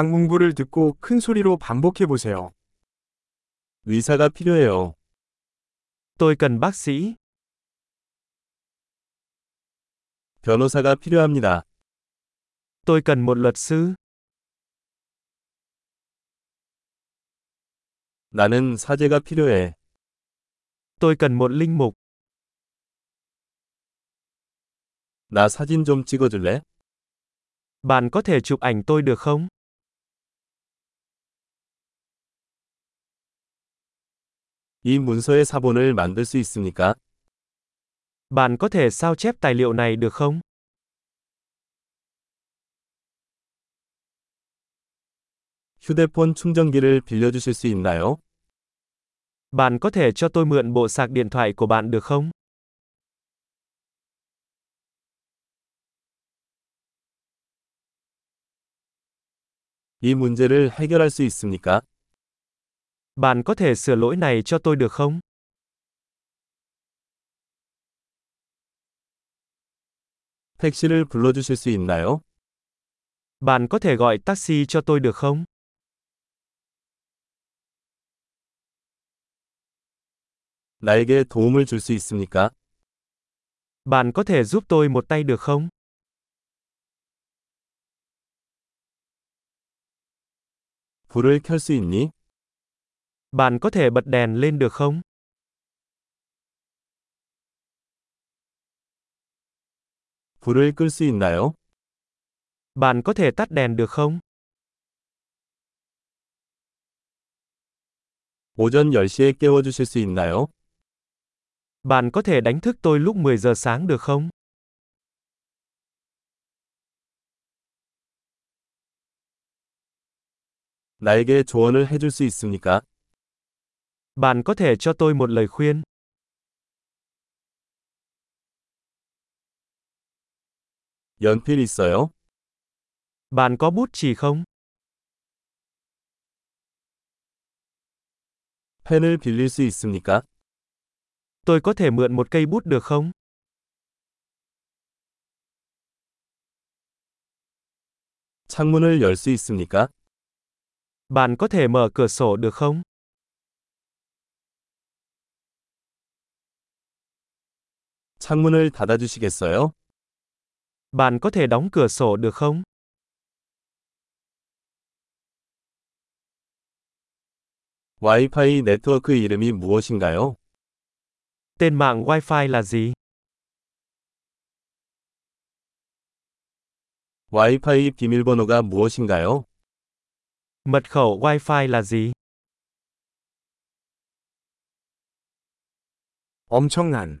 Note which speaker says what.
Speaker 1: 강문부를 듣고 큰 소리로 반복해 보세요.
Speaker 2: 의사가 필요해요.
Speaker 3: Tôi cần bác sĩ,
Speaker 2: 변호사가 필요합니다.
Speaker 3: tôi cần một luật sư,
Speaker 2: 나는 사제가 필요해.
Speaker 3: tôi cần một linh mục,
Speaker 2: 나 사진 좀 찍어줄래?
Speaker 3: bạn có thể chụp ảnh tôi được không?
Speaker 2: 이 문서의 사본을 만들 수 있습니까?
Speaker 3: Bạn có thể sao chép tài liệu này được không?
Speaker 2: 휴대폰 충전기를 빌려주실 수 있나요?
Speaker 3: Bạn có thể cho tôi mượn bộ sạc điện thoại của bạn được không?
Speaker 2: 이 문제를 해결할 수 있습니까?
Speaker 3: Bạn có thể sửa lỗi này cho tôi được không?
Speaker 2: 택시를 불러주실 수 있나요?
Speaker 3: Bạn có thể gọi taxi cho tôi được không?
Speaker 2: 나에게 도움을 줄 수 있습니까?
Speaker 3: Bạn có thể giúp tôi một tay được không?
Speaker 2: 불을 켤 수 있니?
Speaker 3: Bạn có thể bật đèn lên được không?
Speaker 2: 불을 끌 수 있나요?
Speaker 3: Bạn có thể tắt đèn được không?
Speaker 2: 오전 10시에 깨워주실 수 있나요?
Speaker 3: Bạn có thể đánh thức tôi lúc 10 giờ sáng được không?
Speaker 2: 나에게 조언을 해줄 수 있습니까?
Speaker 3: Bạn có thể cho tôi một lời khuyên,
Speaker 2: 연필 있어요?
Speaker 3: bạn có bút chì không?
Speaker 2: 펜을 빌릴 수 있습니까?
Speaker 3: Tôi có thể mượn một cây bút được không?
Speaker 2: 창문을 열 수 있습니까?
Speaker 3: Bạn có thể mở cửa sổ được không?
Speaker 2: 창문을 닫아주시겠어요?
Speaker 3: Bạn có thể đóng cửa sổ được không?
Speaker 2: 와이파이 네트워크 이름이 무엇인가요?
Speaker 3: Tên mạng Wi-Fi là gì?
Speaker 2: 와이파이 비밀번호가 무엇인가요?
Speaker 3: Mật khẩu Wi-Fi là gì?
Speaker 1: 엄청난